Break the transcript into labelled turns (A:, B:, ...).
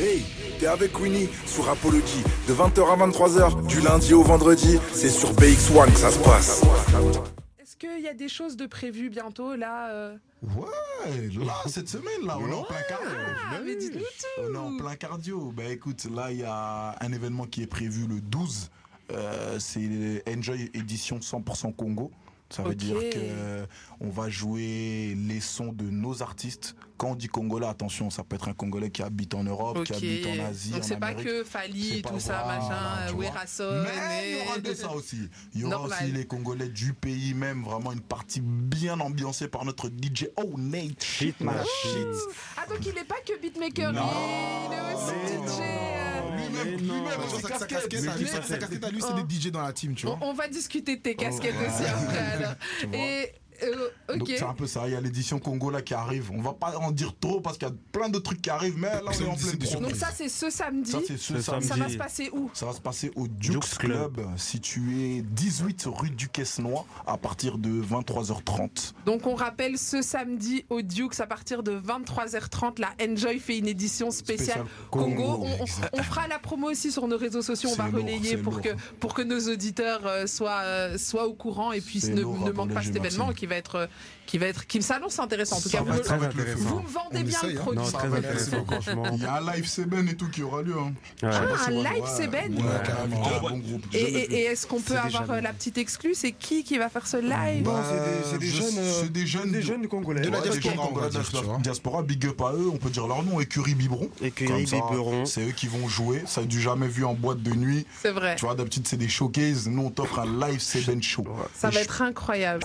A: Hey, t'es avec Winnie sur Apology de 20h à 23h du lundi au vendredi. C'est sur BX1 que ça se passe.
B: Est-ce qu'il y a des choses de prévues bientôt là euh
C: Ouais, là, cette semaine, là, on est en plein cardio.
B: Ah, mais dites-nous tout.
C: On est en plein cardio. Bah écoute, là, il y a un événement qui est prévu le 12. Euh, c'est Enjoy édition 100% Congo. Ça veut
B: Ok.
C: dire que euh, on va jouer les sons de nos artistes. Quand on dit Congolais, attention, ça peut être un Congolais qui habite en Europe,
B: Ok.
C: qui habite en Asie,
B: Donc
C: en
B: c'est pas
C: Amérique.
B: que
C: C'est
B: Fali et
C: pas-
B: tout ça,
C: voilà, tu
B: machin, euh,
C: vois.
B: Werason.
C: Mais il y aura de ça aussi. Il y aura
B: Normal.
C: aussi les Congolais du pays même, vraiment une partie bien ambiancée par notre DJ Oh Nate. Shit,
D: ma
B: Ah donc il n'est pas que beatmaker,
C: Non.
B: il est aussi
C: Mais
B: DJ. euh,
D: Mais
C: Lui-même,
D: non.
C: lui-même,
D: Mais
C: avec ses
E: Sa, sa
C: casquettes.
E: casquette à lui,
D: Mais-
E: sa- sa casquette à
C: hein.
E: lui, c'est des DJ dans la team, tu vois.
B: On, on va discuter de tes casquettes aussi après alors.
C: Tu vois.
B: Et euh,
C: Donc
B: ok.
C: c'est un peu ça, il y a l'édition Congo là qui arrive. On va pas en dire trop parce qu'il y a plein de trucs qui arrivent, mais là on est en
E: C'est
C: pleine
E: des
C: promo.
B: Donc ça c'est ce samedi.
C: Ça c'est ce
D: Ce
C: samedi.
B: Ça
D: samedi.
B: va se passer où
C: Ça va se passer au Dukes,
D: Dukes
C: Club,
D: Club.
C: situé 18 rue du Quesnoy à partir de 23h30.
B: Donc on rappelle ce samedi au Dukes à partir de 23h30 la Enjoy fait une édition spéciale
C: Spécial
B: Congo.
C: Congo,
B: On- on, on fera la promo aussi sur nos réseaux sociaux, on
C: C'est
B: va
C: lourd,
B: relayer
C: c'est
B: pour
C: lourd.
B: que pour que nos auditeurs euh, soient euh, soient au courant et puissent
C: C'est
B: ne,
C: lourd à
B: ne manquent pas
C: Apologie,
B: cet événement
C: Maxime.
B: qui va être euh, qui va être qui me s'annonce intéressant en tout
C: Ça
B: cas.
C: va
B: Vous,
C: être- ça va
B: me-
C: être intéressant.
B: vous me vendez
E: On
B: bien
E: essaye,
B: le
E: hein.
B: produit.
D: Non,
E: Ça
D: très
E: va,
D: intéressant, franchement.
C: Il y a un live Seben et tout qui aura lieu. hein.
D: Ouais.
B: Ah, un
C: Ouais,
B: live
C: ouais,
B: Seben
C: ouais,
D: Ouais.
C: carrément,
F: Ah,
C: un
F: ouais.
C: bon groupe.
B: Et, et- et est-ce qu'on peut avoir euh, la petite exclue C'est qui qui va faire ce live
C: Bah,
G: c'est des- c'est des
C: je-
G: jeunes, euh,
C: C'est des jeunes.
G: Des jeunes congolais.
C: Ouais,
E: la
C: des
E: diaspora,
C: jeunes
E: on va
C: de la
E: dire, tu vois.
C: diaspora, big up à eux, on peut dire leur nom, Écurie Biberon.
D: Écurie
C: Comme ça,
D: Biberon.
C: C'est eux qui vont jouer, ça a du jamais vu en boîte de nuit.
B: C'est vrai.
C: Tu vois, d'habitude, c'est des showcases. Nous, on t'offre un live Seben show.
B: Ça va être incroyable.